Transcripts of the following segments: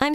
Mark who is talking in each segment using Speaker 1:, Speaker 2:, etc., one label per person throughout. Speaker 1: I'm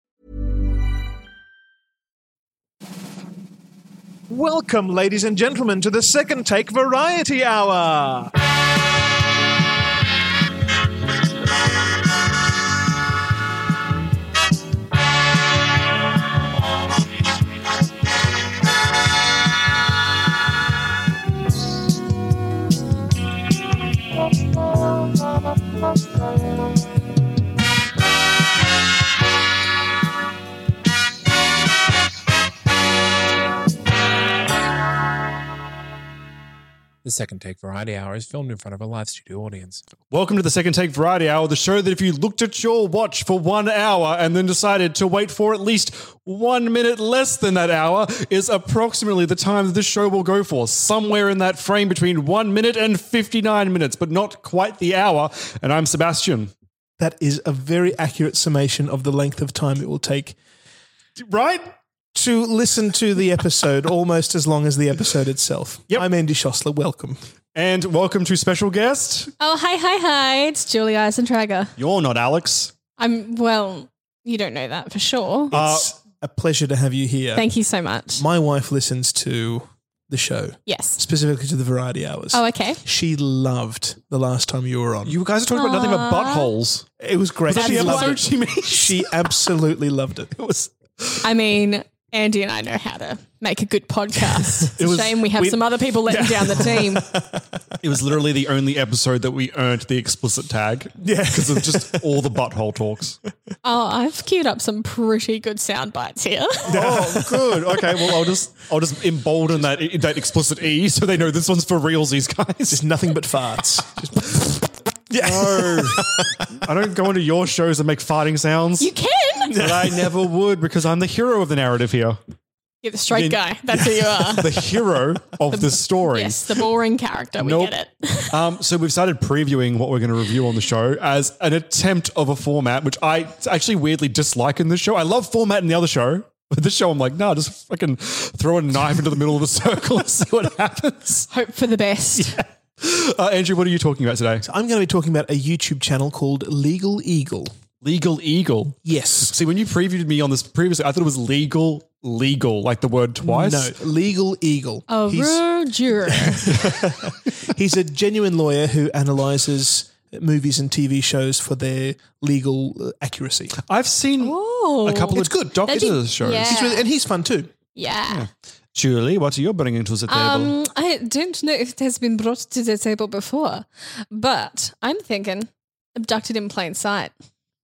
Speaker 2: Welcome, ladies and gentlemen, to the Second Take Variety Hour.
Speaker 3: The second take variety hour is filmed in front of a live studio audience.
Speaker 4: Welcome to the Second Take Variety Hour, the show that if you looked at your watch for one hour and then decided to wait for at least one minute less than that hour, is approximately the time that this show will go for, somewhere in that frame between one minute and 59 minutes, but not quite the hour. And I'm Sebastian.
Speaker 2: That is a very accurate summation of the length of time it will take
Speaker 4: Right?
Speaker 2: to listen to the episode, almost as long as the episode itself.
Speaker 4: Yep.
Speaker 2: I'm Andy Schossler. Welcome.
Speaker 4: And welcome to special guest.
Speaker 5: Oh, hi, hi, hi. It's Julie Eisentrager.
Speaker 4: You're not Alex.
Speaker 5: I'm, well, you don't know that for sure.
Speaker 4: Uh,
Speaker 2: It's a pleasure to have you here.
Speaker 5: Thank you so much.
Speaker 2: My wife listens to the show,
Speaker 5: yes.
Speaker 2: specifically to the variety hours.
Speaker 5: Oh, okay.
Speaker 2: She loved the last time you were on.
Speaker 4: You guys are talking about nothing but buttholes.
Speaker 2: it was great.
Speaker 5: that
Speaker 2: She
Speaker 5: the
Speaker 2: loved
Speaker 5: episode
Speaker 2: it.
Speaker 4: she made?
Speaker 2: She absolutely loved it. It was
Speaker 5: I mean, Andy and I know how to make a good podcast. It's a
Speaker 4: was-
Speaker 5: shame we have
Speaker 4: we-
Speaker 5: some other people letting down the team.
Speaker 4: It was literally the only episode that we earned the explicit tag.
Speaker 2: Yeah.
Speaker 4: Because of just all the butthole talks.
Speaker 5: Oh, I've queued up some pretty good sound bites here.
Speaker 4: Oh, good. Okay. Well, I'll just I'll just embolden that that explicit e so they know this one's for realsies, guys.
Speaker 2: just nothing but farts.
Speaker 4: No, I don't go into your shows and make farting sounds.
Speaker 5: you can.
Speaker 4: But I never would because I'm the hero of the narrative here,
Speaker 5: You're the straight guy. That's who you are.
Speaker 4: the hero of the story.
Speaker 5: Yes, the boring character. We
Speaker 4: Nope.
Speaker 5: get it.
Speaker 4: Um, so we've started previewing what we're going to review on the show as an attempt of a format, which I actually weirdly dislike in this show. I love format in the other show. But this show, I'm like, nah, just fucking throw a knife into the middle of the circle and see what happens.
Speaker 5: Hope for the best.
Speaker 4: Uh, Andrew, what are you talking about today?
Speaker 2: I'm going to be talking about a YouTube channel called Legal Eagle.
Speaker 4: Legal Eagle.
Speaker 2: Yes.
Speaker 4: See, when you previewed me on this previously, I thought it was legal, legal, like the word twice.
Speaker 2: No, Legal Eagle.
Speaker 5: A
Speaker 2: he's,
Speaker 5: real juror.
Speaker 2: he's a genuine lawyer who analyzes movies and TV shows for their legal uh, accuracy.
Speaker 4: I've seen a couple
Speaker 2: It's
Speaker 4: of
Speaker 2: good.
Speaker 4: doctor
Speaker 5: That'd be-
Speaker 4: shows.
Speaker 5: yeah.
Speaker 2: He's really, and he's fun too.
Speaker 5: yeah.
Speaker 4: Julie, what are you bringing to the table?
Speaker 5: Um, I don't know if it has been brought to the table before, but I'm thinking Abducted in Plain Sight.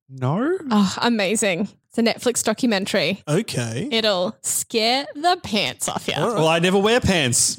Speaker 4: no?
Speaker 5: Oh, amazing. It's a Netflix documentary.
Speaker 2: Okay.
Speaker 5: It'll scare the pants off you.
Speaker 4: Well, I never wear pants.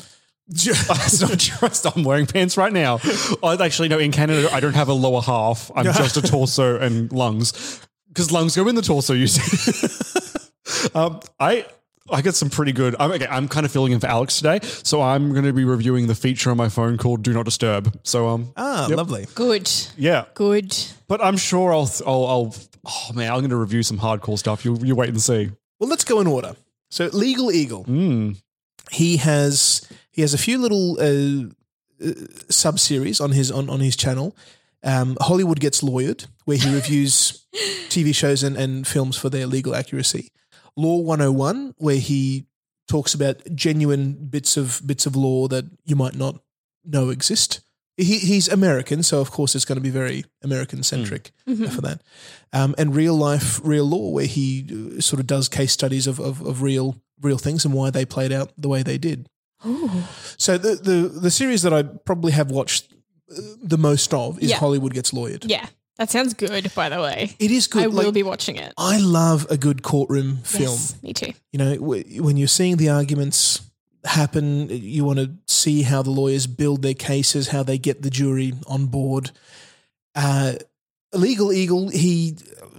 Speaker 4: it's not just I'm wearing pants right now. I, actually, no, in Canada, I don't have a lower half. I'm just a torso and lungs because lungs go in the torso, you see. um, I. I get some pretty good. I'm, okay, I'm kind of filling in for Alex today, so I'm going to be reviewing the feature on my phone called "Do Not Disturb." So, um,
Speaker 2: Ah, lovely.
Speaker 5: Good.
Speaker 4: yeah,
Speaker 5: Good.
Speaker 4: but I'm sure I'll, I'll, I'll. Oh man, I'm going to review some hardcore stuff. You, you wait and see.
Speaker 2: Well, let's go in order. So, Legal Eagle. He has he has a few little uh, sub series on his on, on his channel. Um, Hollywood gets lawyered, where he reviews TV shows and, and films for their legal accuracy. Law 101, where he talks about genuine bits of bits of law that you might not know exist. He, he's American, so of course it's going to be very American centric for that. Um, and real life, real law, where he uh, sort of does case studies of, of, of real real things and why they played out the way they did. So the the the series that I probably have watched uh, the most of is
Speaker 5: Yeah.
Speaker 2: Hollywood Gets Lawyered.
Speaker 5: Yeah. That sounds good, by the way.
Speaker 2: It is good.
Speaker 5: I will
Speaker 2: like,
Speaker 5: be watching it.
Speaker 2: I love a good courtroom film.
Speaker 5: Yes, me too.
Speaker 2: You know, w- when you're seeing the arguments happen, you want to see how the lawyers build their cases, how they get the jury on board. Uh, Legal Eagle, he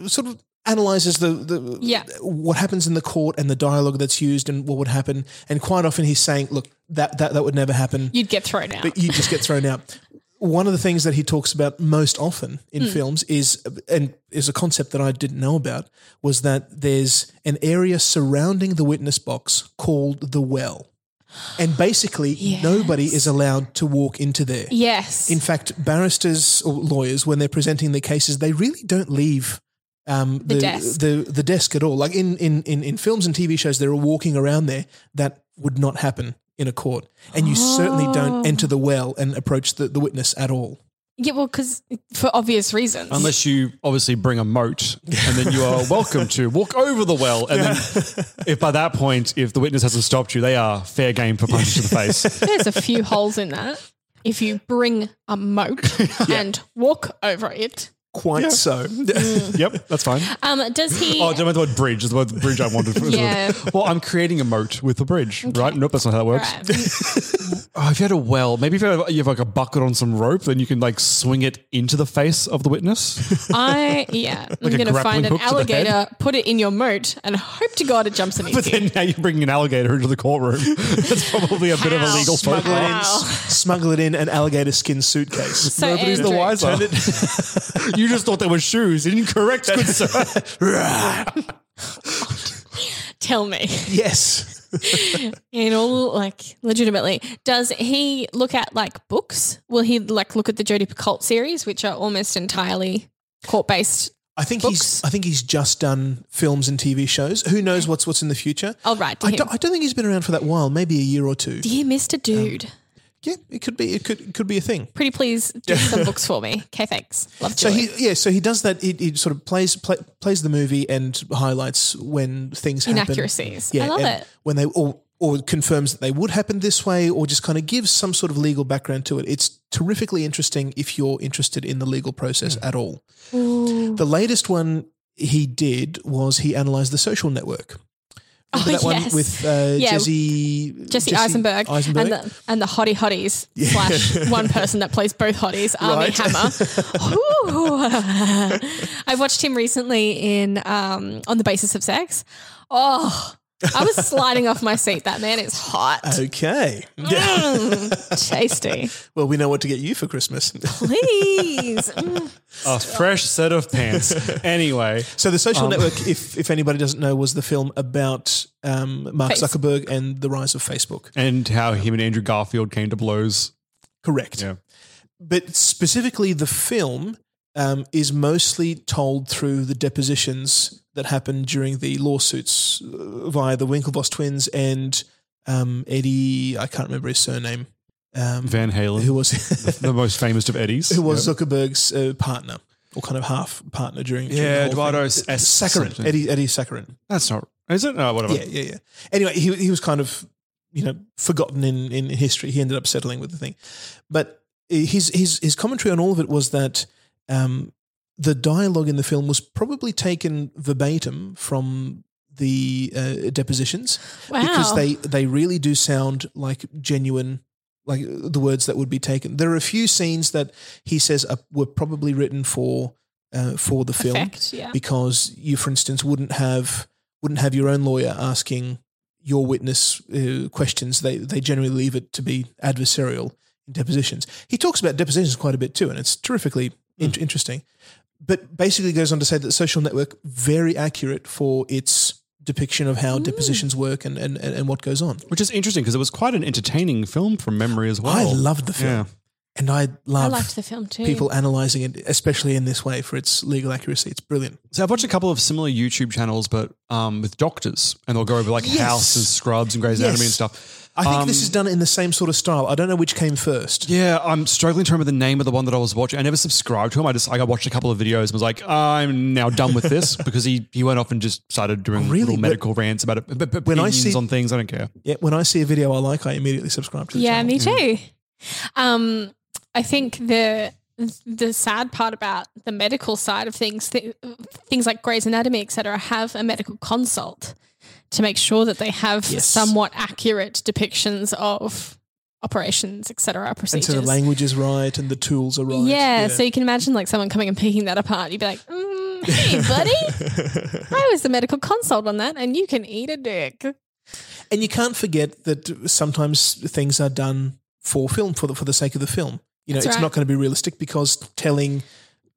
Speaker 2: sort of analyzes the, the
Speaker 5: Yeah.
Speaker 2: what happens in the court and the dialogue that's used and what would happen. And quite often he's saying, look, that, that, that would never happen.
Speaker 5: You'd get thrown out.
Speaker 2: but you just get thrown out. One of the things that he talks about most often in films is, and is a concept that I didn't know about, was that there's an area surrounding the witness box called the well. And basically, nobody is allowed to walk into there.
Speaker 5: yes.
Speaker 2: In fact, barristers or lawyers, when they're presenting their cases, they really don't leave um, the,
Speaker 5: desk.
Speaker 2: The, the desk at all. Like in, in, in, in films and TV shows, they're all walking around there. That would not happen in a court. And you certainly
Speaker 5: Oh.
Speaker 2: don't enter the well and approach the, the witness at all.
Speaker 5: yeah, well, because for obvious reasons.
Speaker 4: Unless you obviously bring a moat and then you are welcome to walk over the well. And then if by that point, if the witness hasn't stopped you, they are fair game for punches to the face.
Speaker 5: There's a few holes in that. If you bring a moat and walk over it.
Speaker 2: Quite so.
Speaker 4: yep, that's fine.
Speaker 5: Um, does he?
Speaker 4: Oh, I don't know the word bridge. It's The word bridge I wanted.
Speaker 5: Yeah.
Speaker 4: Well, I'm creating a moat with a bridge, right? Nope, that's not how that works.
Speaker 5: Right.
Speaker 4: Oh, if you had a well, maybe if you have, you have like a bucket on some rope, then you can like swing it into the face of the witness.
Speaker 5: I yeah.
Speaker 4: Like a
Speaker 5: I'm gonna
Speaker 4: grappling
Speaker 5: find
Speaker 4: hook
Speaker 5: an
Speaker 4: to the head?
Speaker 5: alligator, put it in your moat, and hope to God it jumps in
Speaker 4: but
Speaker 5: its
Speaker 4: then now you're bringing an alligator into the courtroom. That's probably a bit of a
Speaker 5: How?
Speaker 4: legal
Speaker 2: Smuggle it, in,
Speaker 4: faux
Speaker 5: Wow.
Speaker 2: s- smuggle it in an alligator skin suitcase.
Speaker 5: So
Speaker 4: Nobody's the
Speaker 5: Andrew,
Speaker 4: wiser. you just thought they were shoes. Incorrect, good sir.
Speaker 5: Tell me,
Speaker 2: yes.
Speaker 5: in all like legitimately, does he look at like books? Will he like look at the Jodie Picoult series, which are almost entirely court based?
Speaker 2: I think
Speaker 5: Books.
Speaker 2: he's. I think he's just done films and TV shows. Who knows what's what's in the future?
Speaker 5: I'll write to
Speaker 2: I
Speaker 5: him.
Speaker 2: don't, I don't think he's been around for that while. Maybe a year or two.
Speaker 5: Dear Mr. Dude,
Speaker 2: Yeah, it could be. It could it could be a thing.
Speaker 5: pretty please do some books for me. Okay, thanks. Love
Speaker 2: So
Speaker 5: Julie.
Speaker 2: he yeah, so he does that. He, he sort of plays play, plays the movie and highlights when things happen.
Speaker 5: Inaccuracies. I love
Speaker 2: and
Speaker 5: it.
Speaker 2: When they or or confirms that they would happen this way, or just kind of gives some sort of legal background to it. It's terrifically interesting if you're interested in the legal process at all. The latest one he did was he analysed the social network.
Speaker 5: Oh,
Speaker 2: Remember that
Speaker 5: yes.
Speaker 2: one with uh,
Speaker 5: Yeah.
Speaker 2: Jesse,
Speaker 5: Jesse, Eisenberg,
Speaker 2: Eisenberg?
Speaker 5: and the and the hottie hotties slash one person that plays both hotties, Army
Speaker 2: Right.
Speaker 5: Hammer. Ooh. I watched him recently in um, on the basis of sex. Oh, I was sliding off my seat. That man is hot,
Speaker 2: okay.
Speaker 5: Mm, tasty.
Speaker 2: Well, we know what to get you for Christmas.
Speaker 5: Please, Mm.
Speaker 4: a fresh set of pants. Anyway,
Speaker 2: So the
Speaker 4: Um,
Speaker 2: Social Network, if if anybody doesn't know, was the film about um, Mark
Speaker 5: Face-
Speaker 2: Zuckerberg and the rise of Facebook.
Speaker 4: and how him and Andrew Garfield came to blows.
Speaker 2: Correct.
Speaker 4: Yeah.
Speaker 2: But specifically, the film um, is mostly told through the depositions that happened during the lawsuits uh, via the Winklevoss twins and um, Eddie. I can't remember his surname. Um,
Speaker 4: Van Halen,
Speaker 2: who was
Speaker 4: the most famous of Eddie's,
Speaker 2: who was Zuckerberg's uh, partner or kind of half partner during? during
Speaker 4: Yeah,
Speaker 2: the whole
Speaker 4: Eduardo
Speaker 2: thing.
Speaker 4: S-
Speaker 2: Saccharin.
Speaker 4: something.
Speaker 2: Eddie Eddie Saccharin.
Speaker 4: That's not. Is it? No, whatever.
Speaker 2: Yeah, yeah, yeah. Anyway, he he was kind of you know forgotten in in history. He ended up settling with the thing, but his his his commentary on all of it was that um, the dialogue in the film was probably taken verbatim from the uh, depositions
Speaker 5: wow.
Speaker 2: because they they really do sound like genuine. Like uh, the words that would be taken, there are a few scenes that he says are, were probably written for uh, for the film,
Speaker 5: Effect, yeah.
Speaker 2: because you, for instance, wouldn't have wouldn't have your own lawyer asking your witness uh, questions. They they generally leave it to be adversarial in depositions. He talks about depositions quite a bit too, and it's terrifically
Speaker 5: Hmm.
Speaker 2: in- interesting. But basically, goes on to say that the social network very accurate for its depiction of
Speaker 5: Hmm.
Speaker 2: how depositions work and and, and and what goes on.
Speaker 4: Which is interesting because it was quite an entertaining film from memory as well.
Speaker 2: I loved the film,
Speaker 4: Yeah.
Speaker 2: and I
Speaker 5: I
Speaker 2: love
Speaker 5: liked the film too.
Speaker 2: people analyzing it, especially in this way for its legal accuracy. It's brilliant.
Speaker 4: So I've watched a couple of similar YouTube channels, but um, with doctors, and they'll go over like
Speaker 2: Yes.
Speaker 4: House and Scrubs and Grey's
Speaker 2: Yes.
Speaker 4: Anatomy and stuff.
Speaker 2: I think
Speaker 4: Um,
Speaker 2: this is done in the same sort of style. I don't know which came first.
Speaker 4: Yeah, I'm struggling to remember the name of the one that I was watching. I never subscribed to him. I just I watched a couple of videos and was like, I'm now done with this because he he went off and just started doing
Speaker 2: Really?
Speaker 4: little
Speaker 2: But-
Speaker 4: medical rants about it. But, but
Speaker 2: When I
Speaker 4: opinions
Speaker 2: see-
Speaker 4: on things, I don't care.
Speaker 2: Yeah, when I see a video I like, I immediately subscribe to the
Speaker 5: Yeah,
Speaker 2: channel.
Speaker 5: me too. Um, I think the the sad part about the medical side of things, th- things like Grey's Anatomy, etc., have a medical consult to make sure that they have
Speaker 2: Yes.
Speaker 5: somewhat accurate depictions of operations, etc.
Speaker 2: And
Speaker 5: procedures.
Speaker 2: so the language is right and the tools are right.
Speaker 5: Yeah, so you can imagine like someone coming and picking that apart. You'd be like, mm, "Hey, buddy, I was the medical consult on that, and you can eat a dick."
Speaker 2: And you can't forget that sometimes things are done for film for the for the sake of the film. You know,
Speaker 5: That's
Speaker 2: it's
Speaker 5: right.
Speaker 2: not going to be realistic because telling,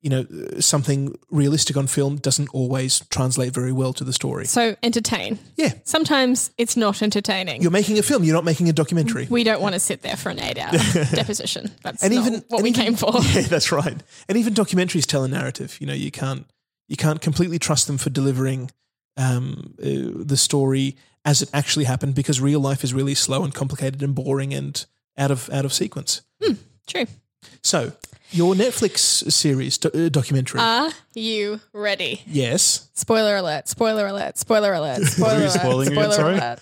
Speaker 2: you know, uh, something realistic on film doesn't always translate very well to the story.
Speaker 5: So entertain.
Speaker 2: Yeah,
Speaker 5: Sometimes it's not entertaining.
Speaker 2: you're making a film. You're not making a documentary.
Speaker 5: we don't want to sit there for an eight-hour deposition. That's
Speaker 2: and
Speaker 5: not
Speaker 2: even
Speaker 5: what
Speaker 2: and
Speaker 5: we
Speaker 2: even-
Speaker 5: came for.
Speaker 2: Yeah, that's right. And even documentaries tell a narrative. You know, you can't you can't completely trust them for delivering um, uh, the story as it actually happened because real life is really slow and complicated and boring and out of out of sequence.
Speaker 5: True.
Speaker 2: So your Netflix series do- uh, documentary.
Speaker 5: Are you ready?
Speaker 2: yes.
Speaker 5: Spoiler alert! Spoiler alert! Spoiler alert! Spoiler
Speaker 4: you
Speaker 5: alert!
Speaker 4: spoiling again?
Speaker 5: spoiler
Speaker 4: Sorry?
Speaker 5: alert!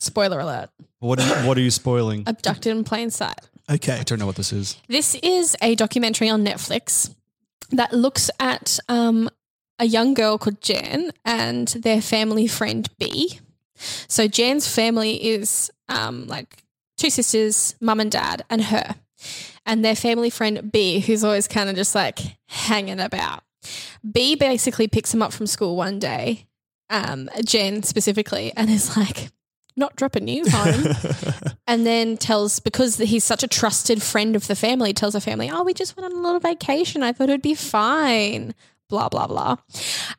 Speaker 5: Spoiler alert!
Speaker 4: What are you, what are you spoiling?
Speaker 5: Abducted in plain sight.
Speaker 2: Okay.
Speaker 4: I don't know what this is.
Speaker 5: This is a documentary on Netflix that looks at um, a young girl called Jan and their family friend B. So Jan's family is um, like two sisters, mum and dad, and her. And their family friend B, who's always kind of just like hanging about. B basically picks him up from school one day, um, Jan specifically, and is like, not dropping you home and then tells because he's such a trusted friend of the family tells the family oh we just went on a little vacation i thought it would be fine blah blah blah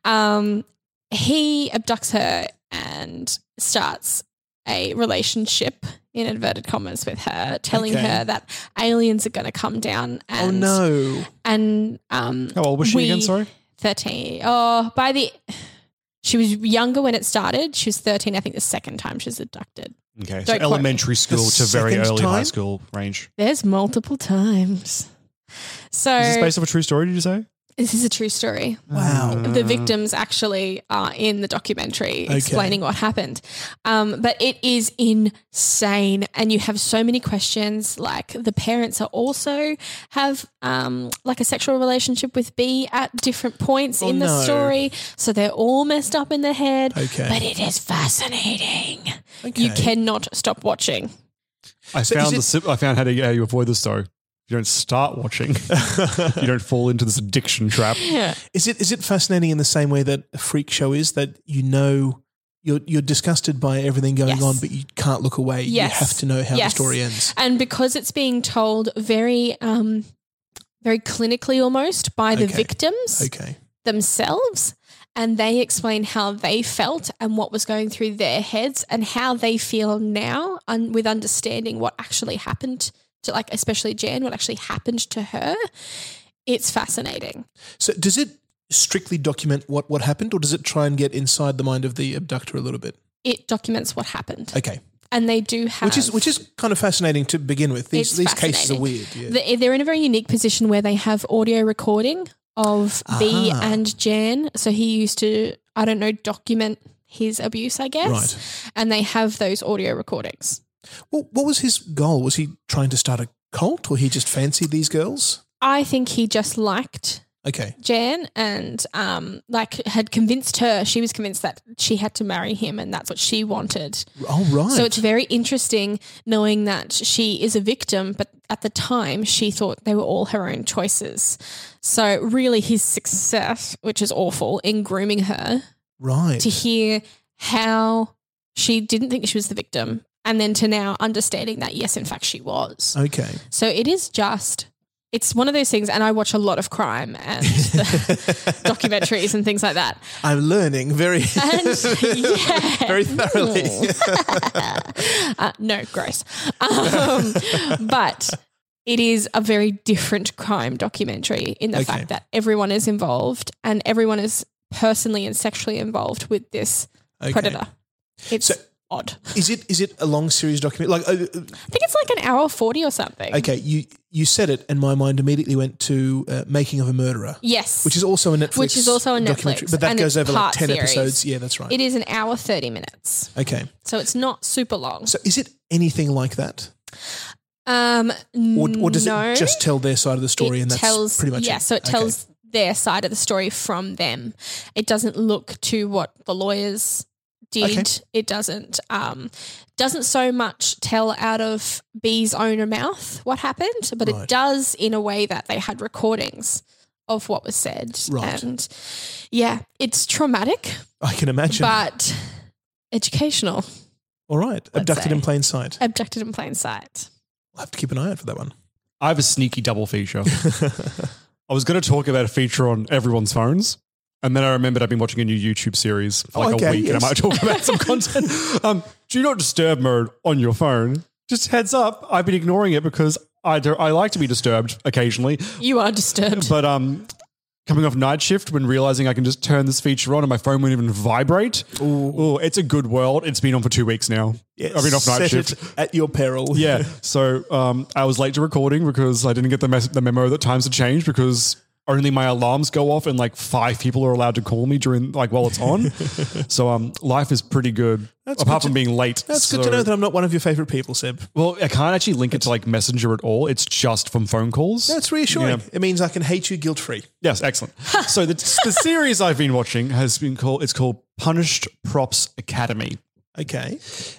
Speaker 5: um, he abducts her and starts a relationship in inverted commas with her telling
Speaker 2: Okay.
Speaker 5: her that aliens are going to come down
Speaker 2: Oh
Speaker 5: and
Speaker 2: no.
Speaker 5: and um
Speaker 4: How old was she
Speaker 5: we-
Speaker 4: again? Sorry.
Speaker 5: 13 oh by the she was younger when it started she was 13 i think the second time she was abducted
Speaker 4: Okay,
Speaker 5: so Don't quote me. elementary
Speaker 4: school
Speaker 2: to very second early high time?
Speaker 4: school range.
Speaker 5: There's multiple times. So
Speaker 4: Is this based off a true story? Did you say?
Speaker 5: this is a true story.
Speaker 2: Wow.
Speaker 5: The victims actually are in the documentary explaining what happened. Um, but it is insane. And you have so many questions. Like the parents are also have um, like a sexual relationship with B at different points
Speaker 2: Oh,
Speaker 5: in the
Speaker 2: no.
Speaker 5: story. So they're all messed up in the head.
Speaker 2: Mm, Okay.
Speaker 5: But it is fascinating. You
Speaker 2: Okay.
Speaker 5: cannot stop watching.
Speaker 4: I
Speaker 2: So
Speaker 4: found the
Speaker 2: is
Speaker 4: si- I found how to how you avoid this though. You don't start watching. you don't fall into this addiction trap.
Speaker 2: Is it is it fascinating in the same way that a freak show is that you know you're you're disgusted by everything going
Speaker 5: Yes.
Speaker 2: on, but you can't look away.
Speaker 5: Yes.
Speaker 2: You have to know how
Speaker 5: Yes.
Speaker 2: the story ends.
Speaker 5: and because it's being told very um very clinically almost by the
Speaker 2: Okay.
Speaker 5: victims
Speaker 2: Okay.
Speaker 5: themselves and they explain how they felt and what was going through their heads and how they feel now un- with understanding what actually happened to like especially Jan what actually happened to her it's fascinating
Speaker 2: So does it strictly document what what happened, or does it try and get inside the mind of the abductor a little bit?
Speaker 5: it documents what happened
Speaker 2: Okay.
Speaker 5: and they do have
Speaker 2: Which is which is kind of fascinating to begin with. These
Speaker 5: It's
Speaker 2: these cases are
Speaker 5: fascinating.
Speaker 2: weird. Yeah.
Speaker 5: They- They're in a very unique position where they have audio recording of B
Speaker 2: Aha.
Speaker 5: and Jan. So he used to, I don't know, document his abuse, I guess.
Speaker 2: Right.
Speaker 5: And they have those audio recordings.
Speaker 2: Well, what was his goal? Was he trying to start a cult, or he just fancied these girls?
Speaker 5: I think he just liked
Speaker 2: Okay.
Speaker 5: Jan and um like had convinced her she was convinced that she had to marry him and that's what she wanted.
Speaker 2: Oh, right.
Speaker 5: So it's very interesting knowing that she is a victim, but at the time she thought they were all her own choices. So really his success, which is awful, in grooming her
Speaker 2: right.
Speaker 5: to hear how she didn't think she was the victim and then to now understanding that yes, in fact she was.
Speaker 2: Okay.
Speaker 5: So it is just it's one of those things and I watch a lot of crime and documentaries and things like that.
Speaker 2: I'm learning very,
Speaker 5: And yeah.
Speaker 2: very thoroughly.
Speaker 5: uh, no, gross. Um, but it is a very different crime documentary in the
Speaker 2: Okay.
Speaker 5: fact that everyone is involved and everyone is personally and sexually involved with this
Speaker 2: Okay.
Speaker 5: predator. It's
Speaker 2: So-
Speaker 5: odd.
Speaker 2: Is it is it a long series document? Like, uh,
Speaker 5: I think it's like an hour 40 or something.
Speaker 2: uh, okay, you you said it, and my mind immediately went to uh, Making of a Murderer,
Speaker 5: Yes.
Speaker 2: which is also a Netflix,
Speaker 5: Which is also on
Speaker 2: documentary,
Speaker 5: Netflix,
Speaker 2: but that
Speaker 5: and
Speaker 2: goes
Speaker 5: it's
Speaker 2: over like
Speaker 5: part
Speaker 2: ten
Speaker 5: series.
Speaker 2: episodes. Yeah, that's right.
Speaker 5: it is an hour 30 minutes.
Speaker 2: okay,
Speaker 5: So it's not super long.
Speaker 2: so is it anything like that,
Speaker 5: um,
Speaker 2: or, or does
Speaker 5: no.
Speaker 2: it just tell their side of the story,
Speaker 5: it
Speaker 2: and that's
Speaker 5: tells,
Speaker 2: pretty much
Speaker 5: yeah.
Speaker 2: it?
Speaker 5: So it
Speaker 2: Okay.
Speaker 5: tells their side of the story from them. It doesn't look to what the lawyers did.
Speaker 2: Okay.
Speaker 5: It doesn't um, doesn't so much tell out of B's own mouth what happened, but
Speaker 2: Right.
Speaker 5: it does in a way that they had recordings of what was said.
Speaker 2: Right.
Speaker 5: And yeah, it's traumatic,
Speaker 2: I can imagine.
Speaker 5: but educational.
Speaker 2: All right. Abducted in
Speaker 5: say.
Speaker 2: plain sight.
Speaker 5: Abducted in plain sight.
Speaker 2: I'll have to keep an eye out for that one.
Speaker 4: I have a sneaky double feature. I was going to talk about a feature on everyone's phones. And then I remembered I've been watching a new YouTube series for like
Speaker 2: okay,
Speaker 4: a week and
Speaker 2: yes.
Speaker 4: I might talk about some content. Um, do not disturb mode on your phone. Just heads up, I've been ignoring it because I, do, I like to be disturbed occasionally.
Speaker 5: You are disturbed.
Speaker 4: But um, coming off night shift when realizing I can just turn this feature on and my phone won't even vibrate. Ooh, it's a good world. It's been on for two weeks now. I've been off night
Speaker 2: Set it
Speaker 4: shift.
Speaker 2: at your peril.
Speaker 4: Yeah. So um, I was late to recording because I didn't get the, mes- the memo that times had changed because only my alarms go off and like five people are allowed to call me during like while it's on. so um, life is pretty good apart from being late.
Speaker 2: That's good to
Speaker 4: So-
Speaker 2: know that I'm not one of your favorite people, Seb.
Speaker 4: Well, I can't actually link it to like Messenger at all. It's just from phone calls.
Speaker 2: That's reassuring.
Speaker 4: Yeah.
Speaker 2: It means I can hate you guilt free.
Speaker 4: Yes, excellent. so the, the series I've been watching has been called it's called Punished Props Academy.
Speaker 2: Okay.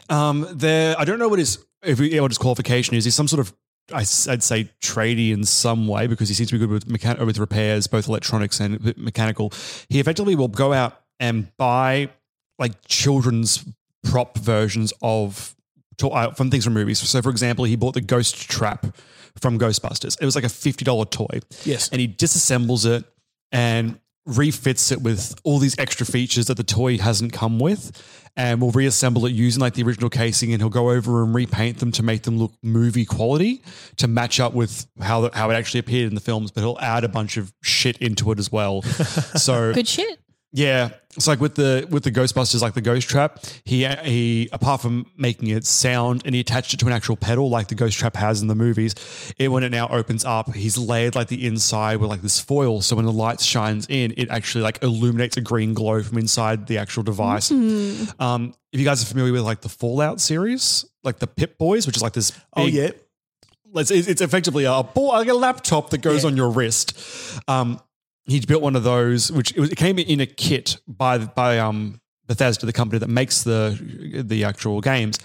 Speaker 4: Um, there, I don't know what his if we, what his qualification is. He's some sort of I, would say tradie in some way because he seems to be good with mechan- with repairs, both electronics and me- mechanical. He effectively will go out and buy like children's prop versions of to, uh, from things from movies. So, for example, he bought the Ghost Trap from Ghostbusters. It was like a fifty dollar toy.
Speaker 2: Yes.
Speaker 4: and he disassembles it and refits it with all these extra features that the toy hasn't come with and will reassemble it using like the original casing and he'll go over and repaint them to make them look movie quality to match up with how the, how it actually appeared in the films but he'll add a bunch of shit into it as well so
Speaker 5: Good shit.
Speaker 4: yeah, it's like with the with the Ghostbusters, like the Ghost Trap. He he, apart from making it sound, and he attached it to an actual pedal, like the Ghost Trap has in the movies. It when it now opens up, he's layered like the inside with like this foil, so when the light shines in, it actually like illuminates a green glow from inside the actual device. Um, if you guys are familiar with like the Fallout series, like the Pip Boys, which is like this big
Speaker 2: Oh, yeah.
Speaker 4: it's, it's it's effectively a ball, like a laptop that goes
Speaker 2: Yeah.
Speaker 4: on your wrist. Um, he built one of those, which it, was, it came in a kit by by um, Bethesda, the company that makes the the actual games,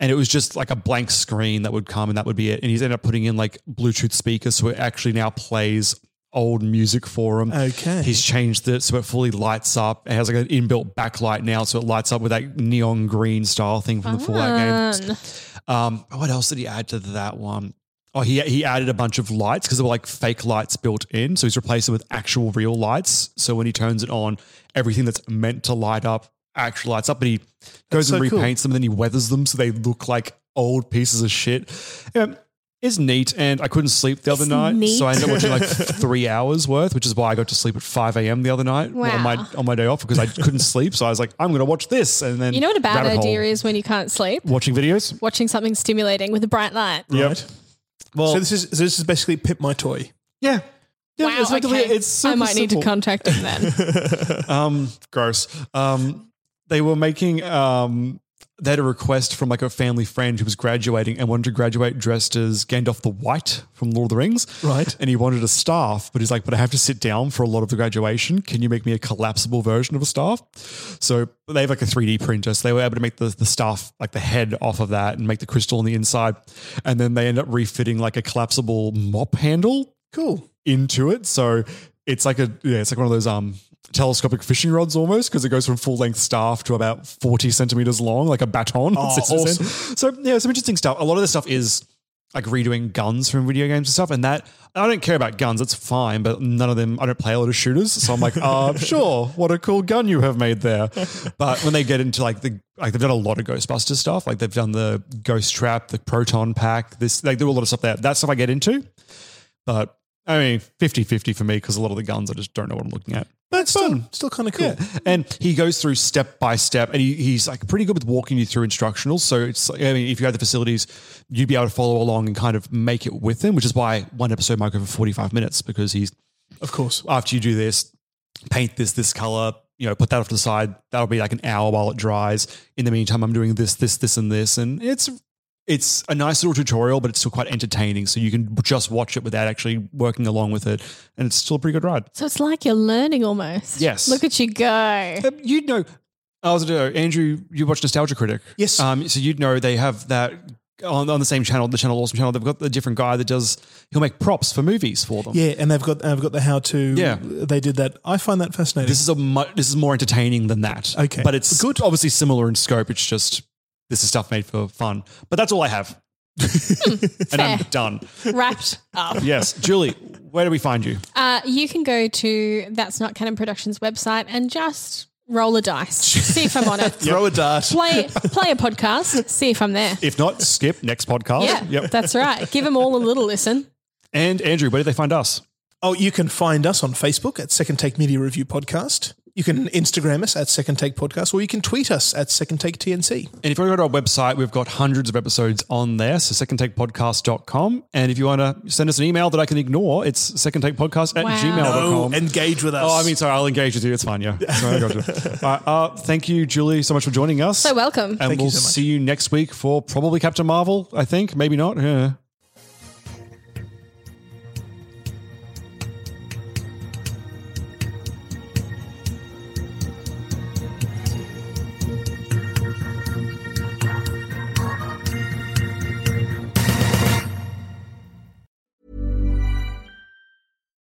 Speaker 4: and it was just like a blank screen that would come, and that would be it. And he's ended up putting in like Bluetooth speakers, so it actually now plays old music for him.
Speaker 2: Okay.
Speaker 4: He's changed it so it fully lights up. It has like an inbuilt backlight now, so it lights up with that neon green style thing from the
Speaker 2: Ah,
Speaker 4: Fallout games.
Speaker 5: Fun.
Speaker 4: Um, what else did he add to that one? Oh, he he added a bunch of lights because there were like fake lights built in, so he's replaced it with actual real lights. So when he turns it on, everything that's meant to light up actually lights up. But he goes and
Speaker 2: so cool.
Speaker 4: repaints them, and then he weathers them so they look like old pieces of shit. Um, it's neat, and I couldn't sleep the other
Speaker 5: It's
Speaker 4: night,
Speaker 5: neat.
Speaker 4: so I ended up watching like three hours worth, which is why I got to sleep at five a.m. the other night on my
Speaker 5: Wow.
Speaker 4: on my day off because I couldn't sleep. So I was like, I'm going to watch this, and then
Speaker 5: You know what a bad
Speaker 4: rabbit hole.
Speaker 5: idea is when you can't sleep?
Speaker 4: Watching videos.
Speaker 5: Watching something stimulating with a bright light.
Speaker 4: Yep. Well,
Speaker 2: so this is so this is basically pip my toy.
Speaker 4: Yeah. Yeah,
Speaker 5: Wow,
Speaker 4: effectively,
Speaker 5: okay.
Speaker 4: it's super
Speaker 5: I might need to
Speaker 4: simple.
Speaker 5: contact him then.
Speaker 4: Um, gross. Um, they were making um, they had a request from like a family friend who was graduating and wanted to graduate dressed as Gandalf the White from Lord of the Rings.
Speaker 2: Right.
Speaker 4: And he wanted a staff, but he's like, but I have to sit down for a lot of the graduation. Can you make me a collapsible version of a staff? So they have like a 3D printer. So they were able to make the, the staff, like the head off of that and make the crystal on the inside. And then they end up refitting like a collapsible mop handle
Speaker 2: Cool.
Speaker 4: into it. So it's like a yeah, it's like one of those um telescopic fishing rods almost because it goes from full length staff to about forty centimeters long, like a baton.
Speaker 2: Oh,
Speaker 4: It's- it's- So yeah, some interesting stuff. A lot of this stuff is like redoing guns from video games and stuff, and that I don't care about guns. That's fine, but none of them. I don't play a lot of shooters, so I'm like, uh, sure, what a cool gun you have made there. But when they get into like the like they've done a lot of Ghostbuster stuff, like they've done the Ghost Trap, the Proton Pack, this like there were a lot of stuff there. That's stuff I get into, but I mean, 50 50 for me because a lot of the guns I just don't know what I'm looking at.
Speaker 2: But still, still kind of cool.
Speaker 4: And he goes through step by step and he, he's like pretty good with walking you through instructionals. So it's, like- I mean, if you had the facilities, you'd be able to follow along and kind of make it with him, which is why one episode might go for 45 minutes because he's
Speaker 2: Of course.
Speaker 4: after you do this, paint this this color, you know, put that off to the side. That'll be like an hour while it dries. In the meantime, I'm doing this, this, this, and this, and it's it's a nice little tutorial, but it's still quite entertaining. So you can just watch it without actually working along with it, and it's still a pretty good ride.
Speaker 5: so it's like you're learning almost.
Speaker 4: Yes.
Speaker 5: Look at you go.
Speaker 4: Um, you know, I was uh, Andrew. You watch Nostalgia Critic,
Speaker 2: Yes.
Speaker 4: Um, so you'd know they have that on, on the same channel, the channel Awesome Channel. They've got the different guy that does. He'll make props for movies for them.
Speaker 2: Yeah, and they've got they've got the how to.
Speaker 4: Yeah.
Speaker 2: they did that. I find that fascinating.
Speaker 4: This is a mu- this is more entertaining than that.
Speaker 2: Okay.
Speaker 4: but it's good. Obviously, similar in scope. It's just this is stuff made for fun. But that's all I have, and I'm
Speaker 5: fair.
Speaker 4: done.
Speaker 5: Wrapped up.
Speaker 4: Yes, Julie, where do we find you?
Speaker 5: Uh, you can go to That's Not Canon Productions website and just roll a dice. See if I'm on it.
Speaker 2: Throw a dart.
Speaker 5: Play play a podcast. See if I'm there.
Speaker 4: If not, skip next podcast.
Speaker 5: Yeah,
Speaker 4: Yep.
Speaker 5: that's right. Give them all a little listen.
Speaker 4: And Andrew, where do they find us?
Speaker 2: Oh, you can find us on Facebook at Second Take Media Review Podcast. You can Instagram us at Second Take Podcast, or you can tweet us at Second Take TNC.
Speaker 4: And if you want to go to our website, we've got hundreds of episodes on there. So secondtakepodcast.com. And if you want to send us an email that I can ignore, it's secondtakepodcast at
Speaker 5: Wow.
Speaker 4: gmail.com.
Speaker 2: engage with us.
Speaker 4: oh, I mean, sorry, I'll engage with you. It's fine. Yeah. Sorry, I got you. All right, uh, thank you, Julie, so much for joining us.
Speaker 5: So welcome.
Speaker 4: And we'll
Speaker 2: you so much.
Speaker 4: see you next week for probably Captain Marvel, I think. Maybe not. Yeah.